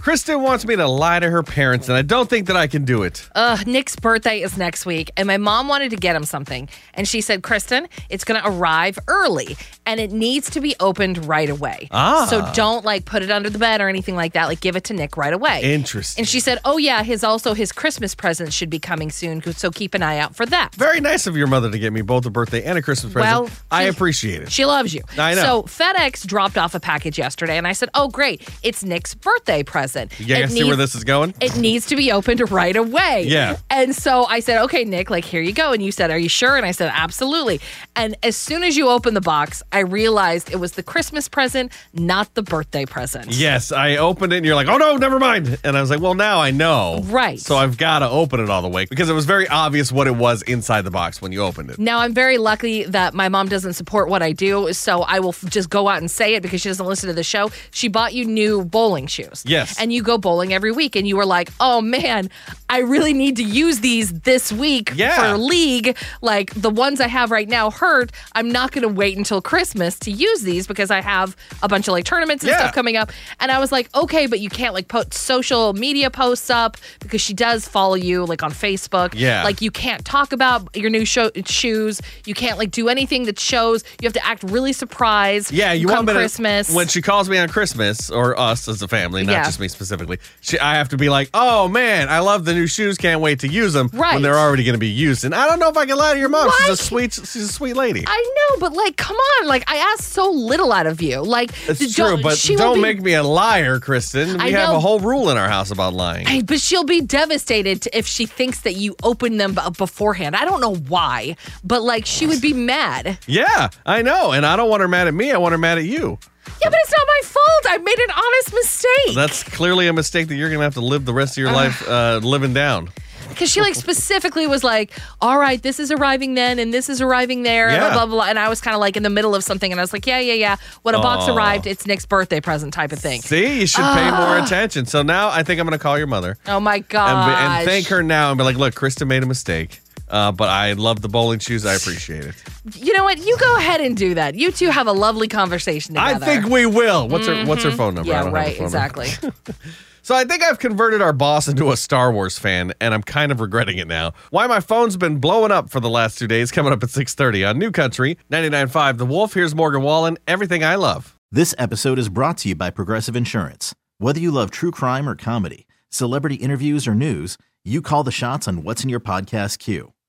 Kristen wants me to lie to her parents, and I don't think that I can do it. Ugh, Nick's birthday is next week, and my mom wanted to get him something. And she said, Kristen, it's going to arrive early, and it needs to be opened right away. Ah. So don't like put it under the bed or anything like that. Like give it to Nick right away. Interesting. And she said, Oh, yeah, his also his Christmas present should be coming soon. So keep an eye out for that. Very nice of your mother to get me both a birthday and a Christmas present. Well, I she- appreciate it. She loves you. I know. So FedEx dropped off a package yesterday, and I said, "Oh, great! It's Nick's birthday present. You guys It see where needs- this is going? It needs to be opened right away. Yeah. And so I said, okay, Nick, like, here you go. And you said, are you sure? And I said, absolutely. And as soon as you opened the box, I realized it was the Christmas present, not the birthday present. yes, I opened it, and you're like, oh no, never mind. And I was like, well, now I know. Right. So I've got to open it all the way because it was very obvious what it was inside the box when you opened it. Now, I'm very lucky that my mom doesn't support what I do, so I will f- just go out and say it because she doesn't listen to the show. She bought you new bowling shoes. Yes. And you go bowling every week, and you were like, oh man, I really need to use these this week Yeah. for league. Like the ones I have right now hurt. I'm not going to wait until Christmas to use these because I have a bunch of like tournaments and Yeah. stuff coming up. And I was like, okay, but you can't like put social media posts up because she does follow you like on Facebook. Yeah. Like you can't talk about your new show, shoes. You can't like do anything that shows. You have to act really surprised. Yeah, you come want me to- Christmas. when she calls me on Christmas or us as a family, not Yeah. just me specifically. She, I have to be like, "Oh man, I love the new shoes. Can't wait to use them when Right. they're already going to be used." And I don't know if I can lie to your mom. She's a What? sweet, she's a sweet lady. I know, but like, come on! Like, I asked so little out of you. Like, It's don't- true, but she will don't be- make me a liar, Kristen. We I have know. a whole rule in our house about lying. I- but she'll be devastated if she thinks that you opened them b- beforehand. I don't know why, but like she would be mad. yeah, I know, and I don't want her mad at me. I want her mad at you. Yeah, but it's not my fault. I made an honest mistake. That's clearly a mistake that you're going to have to live the rest of your life uh, living down. Because she like specifically was like, all right, this is arriving then and this is arriving there, and Yeah. blah, blah, blah. And I was kind of like in the middle of something and I was like, yeah, yeah, yeah. When a box Aw. arrived, it's Nick's birthday present type of thing. See, you should pay more attention. So now I think I'm going to call your mother Oh my and, God. be- and thank her now and be like, "Look, Kristen made a mistake, uh, but I love the bowling shoes. I appreciate it. You know what? You go ahead and do that. You two have a lovely conversation together. Mm-hmm. I think we will." What's her What's her phone number? I Yeah, don't have her right. phone number. Exactly. So I think I've converted our boss into a Star Wars fan, and I'm kind of regretting it now. Why my phone's been blowing up for the last two days, coming up at 6.30 on New Country, 99.5 The Wolf. Here's Morgan Wallen, Everything I Love. This episode is brought to you by Progressive Insurance. Whether you love true crime or comedy, celebrity interviews or news, you call the shots on what's in your podcast queue.